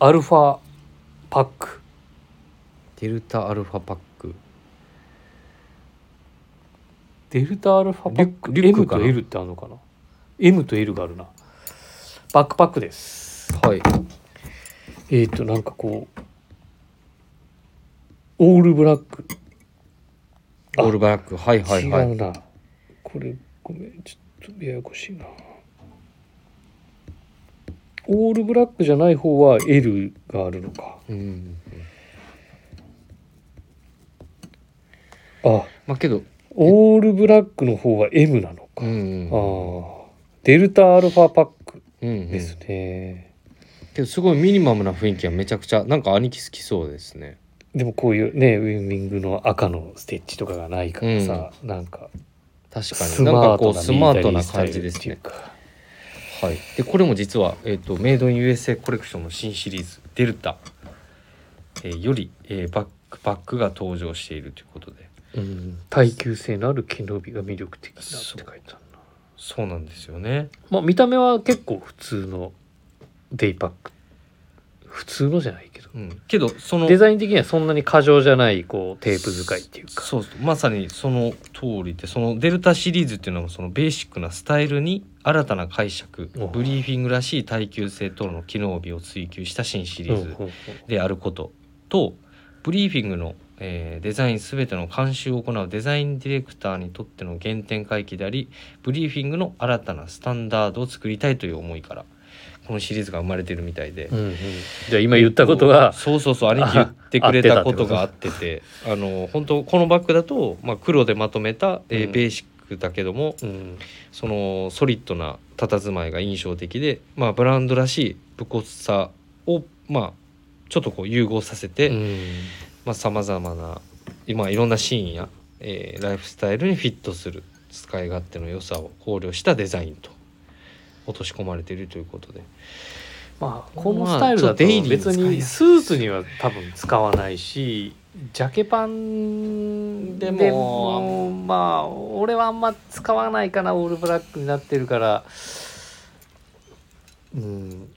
B: アルファパック
A: デルタアルファパック
B: デルタアルファパック
A: リュック
B: M
A: か
B: と
A: な
B: L ってあるのかな M と L があるなバックパックです
A: はい
B: えっ、ー、となんかこうオールブラックあ
A: オールブラックはいはいは
B: 違う
A: い
B: なこれごめんちょっとややこしいなオールブラックじゃない方は L があるのか
A: うん
B: あ
A: まあけど
B: オールブラックの方は M なの
A: う
B: か、
A: ん
B: ああデルタアルファパック
A: うんうん
B: ですね、
A: けどすごいミニマムな雰囲気がめちゃくちゃなんか兄貴好きそうですね
B: でもこういうねウィンミングの赤のステッチとかがないからさ、なんか
A: 確か
B: ス
A: になん
B: マ
A: か
B: ート
A: こう
B: な
A: スマー
B: ミリタ
A: ト
B: リ
A: な
B: スタイ
A: 感
B: ル
A: じ
B: っ
A: で
B: て
A: す
B: いう
A: ね
B: か
A: はい、でこれも実は、えー、とメイドイン USA コレクションの新シリーズ「デルタ」えーより、えーバックパックが登場しているということで
B: うん、耐久性のある毛伸びが魅力的だって書いてあるな
A: そうなんですよね
B: まあ見た目は結構普通のデイパック普通のじゃないけど
A: うんけどその
B: デザイン的にはそんなに過剰じゃないこうテープ使いっていうか
A: そうそうまさにその通りでそのデルタシリーズっていうのはそのベーシックなスタイルに新たな解釈
B: お
A: ブリーフィングらしい耐久性等の機能美を追求した新シリーズ
B: うんうんうん
A: であることとブリーフィングの、えーデザイン全ての監修を行うデザインディレクターにとっての原点回帰でありブリーフィングの新たなスタンダードを作りたいという思いからこのシリーズが生まれてるみたいで。
B: うんうんじゃあ今言ったことが
A: そうそうそう兄貴言ってくれたことがあっててあの本当このバッグだと、まあ、黒でまとめた、えー
B: うん
A: ベーシックだけども
B: うん
A: そのソリッドな佇まいが印象的で、まあ、ブランドらしい武骨さを、まあ、ちょっとこう融合させて、
B: うん
A: まあ、さまざまな今いろんなシーンや、えーライフスタイルにフィットする使い勝手の良さを考慮したデザインと落とし込まれているということで
B: まあ、このスタイル
A: ちょ
B: だと
A: っとデイリーに使い
B: 別
A: やすい
B: にスーツには多分使わないしジャケパン
A: でも
B: まあ俺はあんま使わないかなオールブラックになってるからうん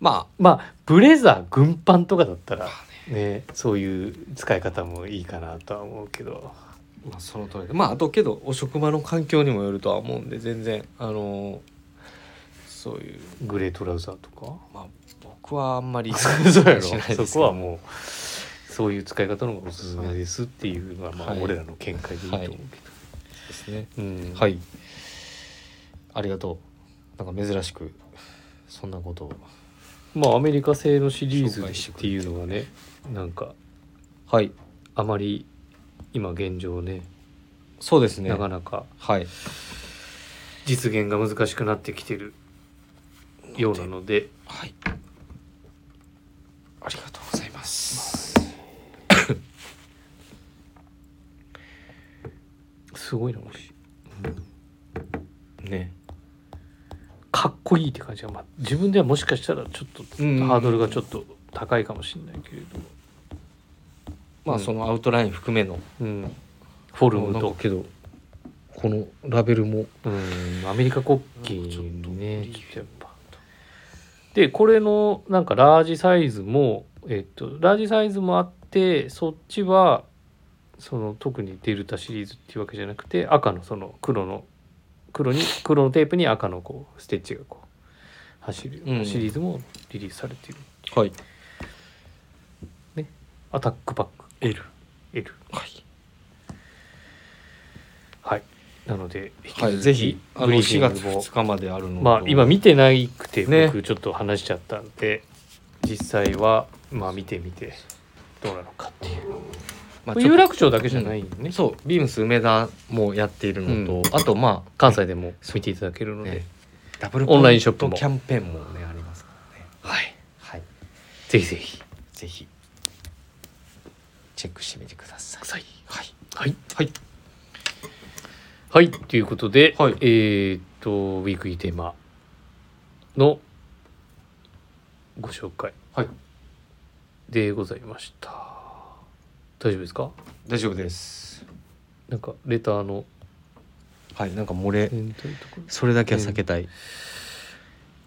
A: ま
B: まあブレザー軍パンとかだったらねそういう使い方もいいかなとは思うけど
A: あ、まあその通りでまああとけどお職場の環境にもよるとは思うんで全然あのーそういう
B: グレートラウザー とか
A: まあ僕はあんまり
B: そうや
A: しないですけ
B: ろ
A: ど
B: そこはもうそういう使い方の方がおすすめですっていうのはまあ
A: はい
B: 俺らの見解でいいと思うけど。
A: ですね
B: うん
A: はいありがとうなんか珍しくそんなことを
B: まあアメリカ製のシリーズっていうのはねなんか
A: はい
B: あまり今現状ね
A: そうですね
B: なかなか
A: はい
B: 実現が難しくなってきてるようなので
A: はいありがとうございます
B: すごいなもし
A: ね
B: かっこいいって感じが、まあ、自分ではもしかしたらちょっと
A: うん
B: ハードルがちょっと高いかもしれないけれども、
A: まあ
B: うん
A: そのアウトライン含めの
B: うん、フォルム
A: なん
B: と
A: か、けどこのラベルも
B: うん、アメリカ国旗に
A: なん
B: ね
A: かちょっと
B: ちょっとやっぱでこれのなんかラージサイズもえっとラージサイズもあってそっちはその特にデルタシリーズっていうわけじゃなくて赤のその黒の黒に黒のテープに赤のこうステッチがこう走るよう
A: う
B: なんシリーズもリリースされている、
A: はい
B: アタックパック
A: L
B: L
A: はい
B: はいなので引き
A: は
B: 続
A: い、
B: き
A: ぜひあ
B: ブ
A: の
B: リー
A: 4
B: フィン
A: 月
B: グも
A: 2日まであるのと
B: まあ今見てないくて
A: ね
B: 僕ちょっと話しちゃったんで、実際はまあ見てみてどうなのかっていう、
A: まあ
B: 有
A: ちょっ
B: 楽町だけじゃないんでね、
A: とそうビームス梅田もやっているのと、あとま
B: 関西でも見ていただける
A: あ、
B: ので、
A: ね、ダブル
B: オンラインショップも
A: ポイトキャンペーンもねありますからね
B: はい
A: はい
B: ぜひぜひ
A: ぜひチェックしてみてください
B: ください
A: はい
B: はい
A: はい
B: はいということで、
A: はい
B: えーっとウィークリーテーマのご紹介
A: はい
B: でございました大丈夫ですか
A: 大丈夫です
B: なんかレターの
A: はいなんか漏れ
B: エントリーとか
A: それだけは避けたい、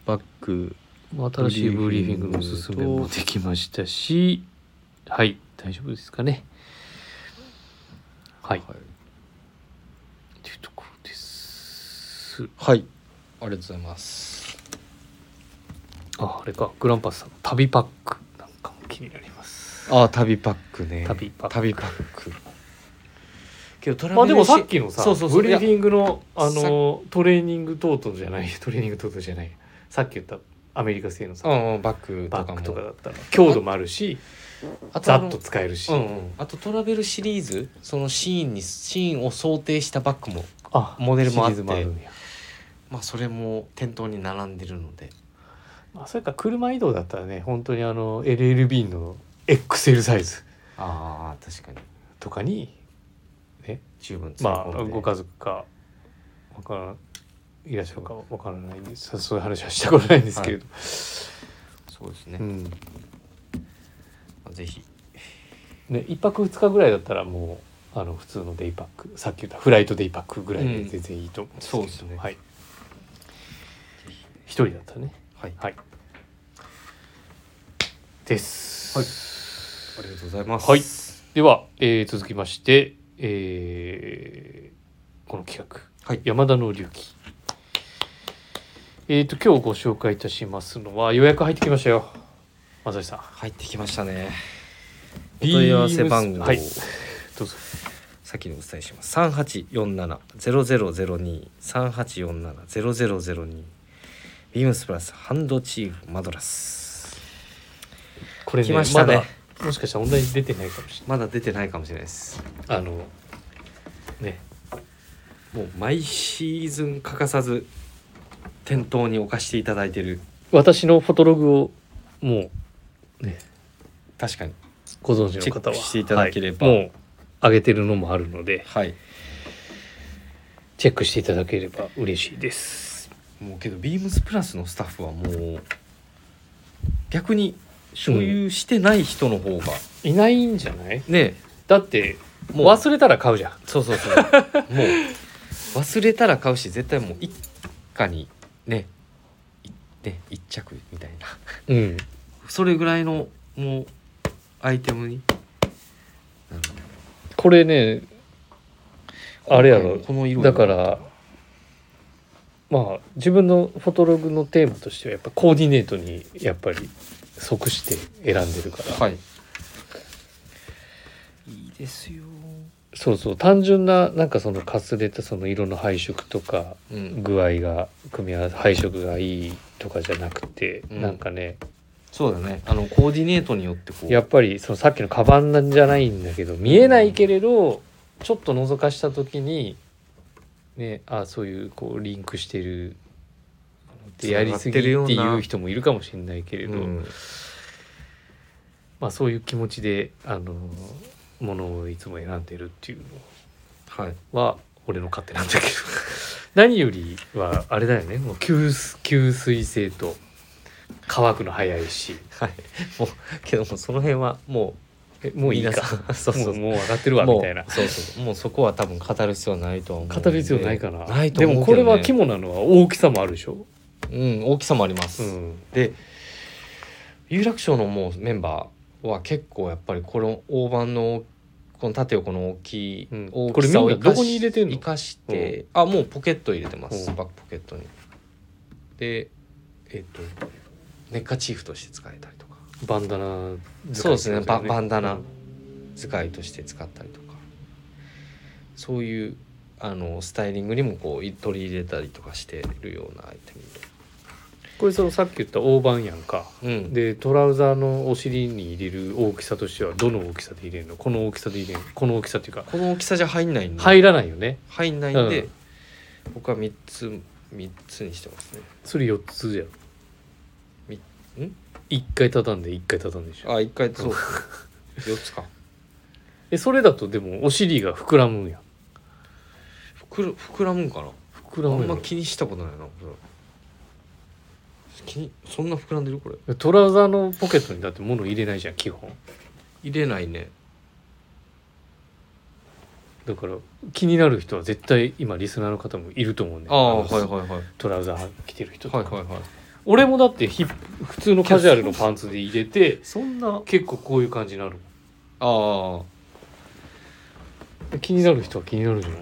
A: バック
B: まあ、新しいブリーフィングのおすすめもできましたし、はい、大丈夫ですかね。はい、と、
A: はい、
B: いうところです。
A: はい、ありがとうございます
B: あ、あれか、グランパスさん、旅パックなんかも気になります。
A: ああ旅パックね
B: 旅パック
A: 旅パックけどトラ
B: まあ、でも
A: シ
B: さっきのさ、
A: そうそうそう
B: ブリーフィングの
A: や
B: あのトレーニングトートじゃない、トレーニングトートじゃない、さっき言ったアメリカ製のさ、
A: うんうんバックと
B: バ
A: か
B: ッ
A: も
B: グとかだったら、強度もあるし、
A: あと
B: ざ
A: あ
B: っ
A: の
B: と使えるし、
A: うんうん、あとトラベルシリーズそのシーンにシーンを想定したバッグも
B: あ
A: モデルもあって
B: シリーズるんや
A: まあそれも店頭に並んでるので
B: まあ、それか車移動だったらね本当にあの LLB の XL サイズ
A: ああ確かに
B: とかに、ね、
A: 十分詰め
B: ま
A: 込ん
B: あ
A: で
B: ご家族かわからいらっしゃるかわからないんですそういう話はしたことないんですけれど、
A: そうですね、
B: う
A: ま
B: ん
A: あぜひ
B: ね、1泊2日ぐらいだったらもうあの普通のデイパックさっき言ったフライトデイパックぐらいで全然いいと思うんけど
C: うんそうですね
B: はい一人だったね
A: はい
B: はいです、
A: はいありがとうございます
B: はいでは、えー続きまして、えーこの企画、
A: はい
B: 山田の隆起えっ、と今日ご紹介いたしますのは予約入ってきましたよ正志さん
A: 入ってきましたねお問い合わせ番号を、
B: はいどうぞ
A: 先にお伝えします三八四七ゼロゼロゼロ二三八四七ゼロゼロゼロ二ビームスプラスハンドチーフマドラス
B: これね
A: 来ましたね
B: まだもしかしたらオンライン出てないかもしれ
A: まだ出てないかもしれないです
B: ないあのね
A: もう毎シーズン欠かさず店頭に置かしていただいてる
B: 私のフォトログをもうね
A: 確かに
B: ご存知の方
A: チェック
B: は
A: していただければ
B: はいもう上げてるのもあるので
A: はい
B: チェックしていただければ嬉しいです
A: もうけどビームスプラスのスタッフはもう逆に所有してない人の方が、
B: いないんじゃない
A: ね
B: だって
A: もう
B: 忘れたら買うじゃん
A: そうそうそうもう忘れたら買うし絶対もう一家にねいね一着みたいな
B: うん
A: それぐらいのもうアイテムになる
B: これねあれや
A: 今
B: ろ
A: 回この色
B: だからまあ自分のフォトログのテーマとしてはやっぱコーディネートにやっぱり即して選んでるから、
A: はいいいですよ
B: そうそう単純ななんかそのかすれたその色の配色とか
A: うん
B: 具合が組み合わせ配色がいいとかじゃなくて、
A: うん
B: なんかね
A: そうだねあのコーディネートによってこう
B: やっぱりそのさっきのカバンなんじゃないんだけど見えないけれどちょっと覗かした時にねあそういうこうリンクしてるでやりすぎって
A: 繋がってるよう
B: い
A: な
B: う人もいるかもしれないけれど、
A: うん
B: まあ、そういう気持ちであのものをいつも選んでるっていうの
A: はい
B: は俺の勝手なんだけど 何よりはあれだよねもう吸水吸水性と乾くの早いし
A: はいもうけどもその辺はも
B: え
A: う
B: もういい
A: 皆
B: か
A: さんそう そうそう
B: もうもう上がってるわみたいな
A: もうそうそうもうそこは多分語る必要はないとは思うんで
B: 語る必要ないかな
A: ないと思う
B: で
A: け
B: もこ
A: ど
B: れ
A: ね
B: は肝なのは大きさもあるでしょ、
A: うん大きさもあります、
B: うん、
A: で有楽町のもうメンバーは結構やっぱりこの大判のこの縦横の大きい
B: うん
A: 大
B: これ
A: きさを
B: みん
A: 生
B: な
A: かし
B: どこに入れてんの
A: 生かしてあもうポケット入れてます
B: うん
A: バックポケットにでえっとネッカチーフとして使えたりとか
B: バンダナ
A: そうですねババンダナ
B: うん
A: 使いとして使ったりとかそういうあのスタイリングにもこうい取り入れたりとかしてるようなアイテ
B: これそのさっき言った大判やんか
A: ムうん
B: でトラウザーのお尻に入れる大きさとしてはどの大きさで入れるのこの大きさで入れるのこの大きさっていうか
A: この大きさじゃ入んないんで
B: 入らないよね
A: 入んないんで、
B: うん
A: 僕は3つ3つにしてますね
B: それ4つじゃん
A: みん
B: 1回畳んで1回畳んでしょ
A: あ一回そう4つか
B: えそれだとでもお尻が膨らむんやん
A: 膨ら膨らむんかな
B: 膨ら
A: あ
B: む
A: ん
B: や
A: ま
B: ん
A: 気にしたことないなこれ気にそんな膨らんでるこれ
B: トラウザーのポケットにだって物入れないじゃん基本
A: 入れないね
B: だから気になる人は絶対今リスナーの方もいると思うね
A: ああ
B: の
A: はいはいはいはい
B: トラウザー着てる人とか、
A: はいはい
B: 俺もだってひ普通のカジュア ルのパンツで入れて
A: そんな
B: 結構こういう感じになるも
A: ああ
B: ん気になる人は気になるじゃない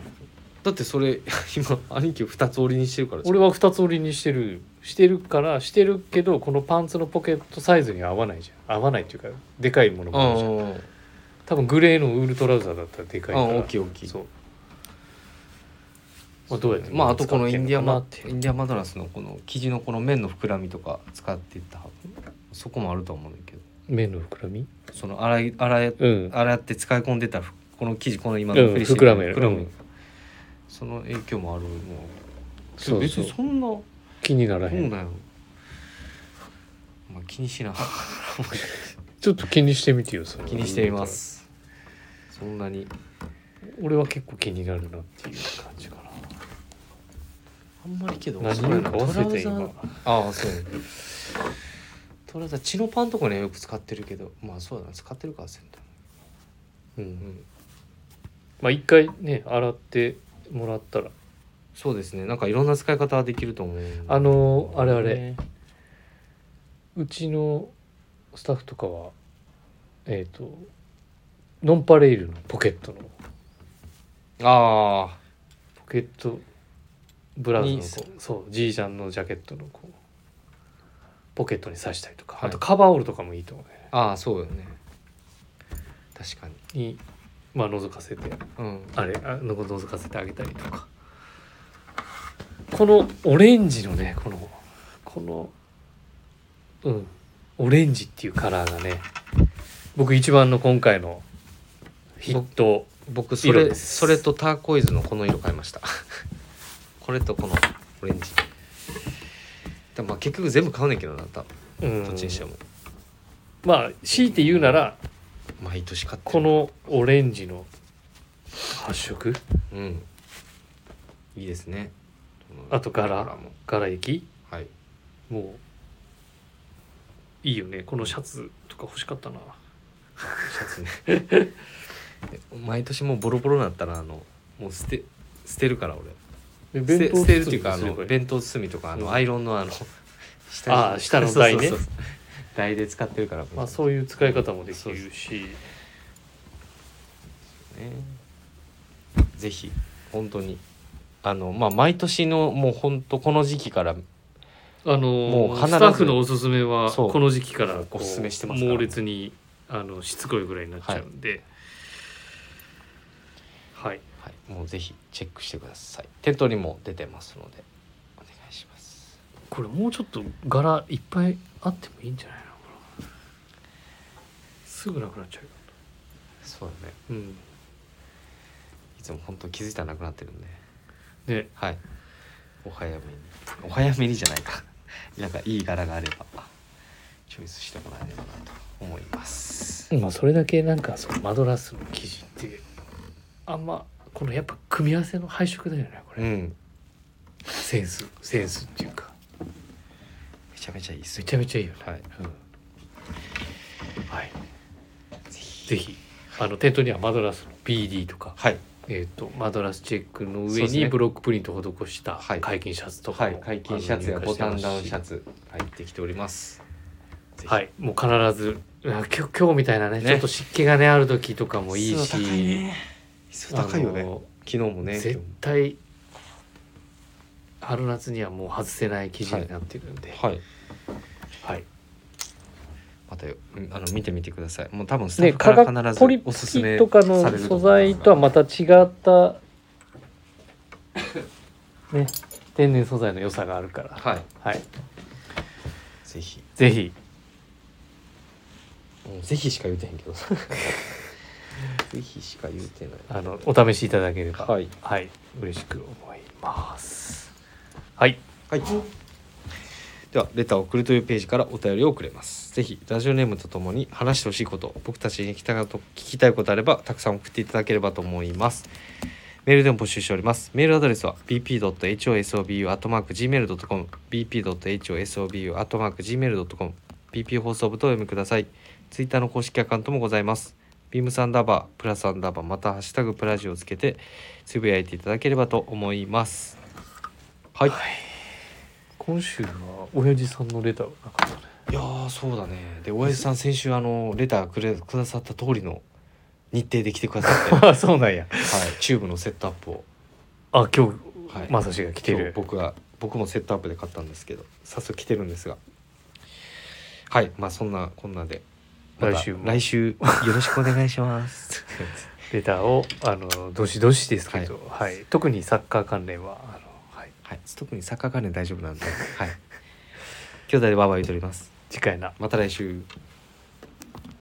A: だってそれ 今兄貴2つ折りにしてるから
B: 俺は2つ折りにしてるしてるからしてるけどこのパンツのポケットサイズに合わないじゃん合わないっていうかでかいもの
A: あ
B: もあるじゃん
A: ー
B: 多分グレーのウールトラウザーだったらで
A: あ
B: かいから
A: ー大きい大きい
B: そう、まあ、どうやって
A: まああとこのインディアマ
B: 使って
A: イ
B: んのかなって
A: ンディアマドラスのこの生地のこの面の膨らみとか使っていったそこもあると思うんだけど
B: 面の膨らみ
A: その洗い洗い
B: うん
A: 洗って使い込んでたふこの生地この今
B: うん
A: のして
B: 膨らめるうん
A: その影響もあるも
B: そうう
A: 別
B: そう
A: にそんな
B: 気にならへ
A: そうんなんやろまあ気に しな
B: ちょっと気にしてみてよそれ
A: 気にしていますそんなに
B: 俺は結構気になるなっていう感じか
A: あんまりけど
B: な何
A: そうや
B: 言う
A: な
B: か忘れて
A: トラウザー
B: 今
A: ああそうやねトラウザーチノパンとかねよく使ってるけどまあそうだな使ってるか忘れた
B: う
A: うんん
B: まあ一回ね洗ってもらったら
A: そうですねなんかいろんな使い方できると思う
B: あのあれあれ、
A: ね
B: うちのスタッフとかはえっ、とノンパレールのポケットの
A: あ
B: ポケットブラウスの
C: に
B: こうそうじいちゃんのジャケットのこうポケットに刺したりとか、
A: はい
B: あとカバーオールとかもいいと思うね
A: ーあーそうよね確かに
B: にまあ覗かせて
A: うん
B: あれあの覗かせてあげたりとかこのオレンジのねこのこのうんオレンジっていうカラーがね僕一番の今回のヒット
A: 僕そ
B: 色
A: れ
B: です
A: それとターコイズのこの色買いました これとこのオレンジでもまあ結局全部買うねんけどな多分
B: うん
A: どっちにしても
B: まあ強いて言うなら
A: 毎年買ってる
B: このオレンジの発色
A: うんいいですね
B: あと柄
A: も
B: 柄液
A: はい
B: もういいよねこのシャツとか欲しかったな
A: シャツね毎年もうボロボロになったらあのもう捨て捨てるから俺
B: で
A: 捨て捨てるっていうかあ
B: 包みにすれば
A: の
B: いい
A: 弁当包みとかあ
B: う
A: の
B: ん
A: アイロンのあ の下
B: あー下の台ね
A: そうそうそう台で使ってるから
B: まあ、そういう使い方もできるし
A: ねぜひ本当にあのまあ毎年のもう本当この時期から
B: あの
A: もう必ず
B: スタッフのおすすめは
A: そう
B: この時期からこう
A: おすすめしてますから
B: 猛烈にあのしつこいぐらいになっちゃうんではい、
A: はい、もうぜひチェックしてください店頭にも出てますのでお願いします
B: これもうちょっと柄いっぱいあってもいいんじゃないのかなすぐなくなっちゃうよ
A: そうだね
B: うん
A: いつも本当気づいたらなくなってるんで
B: ね
A: はいお早めにお早めにじゃないか なんかいい柄があればチョイスしてもらえればなと思います
B: まあそれだけなんかそのマドラスの生地ってあんまこのやっぱ組み合わせの配色だよねこ
A: う
B: れ、
A: ん
B: センスセンスっていうか
A: めちゃめちゃいいっす
B: め
A: よ
B: ちゃめちゃいいよね
A: はい
B: はい、ぜひあの店頭にはマドラスの BD とか、
A: はい
B: えー、とマドラスチェックの
A: そう
B: 上
A: です
B: に
A: ね
B: ブロックプリントを施した
A: はい
B: 解禁シャツとか
A: は
B: も、
A: い、解禁シャツや
B: あの
A: ボタンダウンシャ、
B: 入荷して
A: ツ入ってきております。
B: ますしはい、もう必ずあ今日今日みたいなね
A: ね
B: ちょっと湿気がねある時とか
A: も
B: も
A: う
B: い
A: い
B: い
A: い
B: し
A: し。質高いよね。
B: あ
A: 昨
B: の
A: 日もね。
B: 絶対春夏にはもう外せない生地になってるんで、はい
A: はい。
B: はい、
A: またようんあの見てみてください。もう多分スタッ
B: ね、
A: フか
B: 化
A: ら
B: 学
A: 必ず
B: ポリ
A: おすす
B: ピ
A: め
B: とか
A: さ
B: の
A: れる
B: 素
A: 思い
B: 材
A: ます
B: とはまた違った、ね、天然素材の良さがあるから、
A: はい。
B: はい、
A: ぜひ。
B: ぜひ
A: うんぜひしか言うてへんけど。 ぜひしか言うてない。
B: あのお試しいただければ、はい
A: はい。
B: 嬉しく思います。はい、
A: はい。では、レターを送るというページからお便りを送れます。ぜひ、ラジオネームとともに話してほしいこと、僕たちに聞きたいこと聞きたいことあれば、たくさん送っていただければと思います。メールでも募集しております。メールアドレスは bp.hosobu.gmail.com bp.hosobu.gmail.com bp 放送部とお読みください。ツイッターの公式アカウントもございます。ビームサンダーバー、プラスアンダーバー、またハッシュタグプラジをつけてつぶやいていただければと思います。はい。
B: 今週は親父さんのレターがなかったね。
A: いやーそうだねで親父さん先週あのレターくれくださった通りの日程で来てくださって、はい、
B: あ、 そうなんや。
A: チューブのセットアップを
B: あ、今
A: はい
B: 日まさしが来て
A: 今日
B: る。
A: 僕が僕もセットアップで買ったんですけど早速来てるんですがはいまあそんなこんなでまた
B: 来週も
A: 来週よろしくお願いします
B: レターをあのどしどしですけど、はい、特にサッカー関連はあのはい
A: はい特にサッカー関連大丈夫なんではい兄弟でバーバー言うとります
B: 次回な。
A: また来週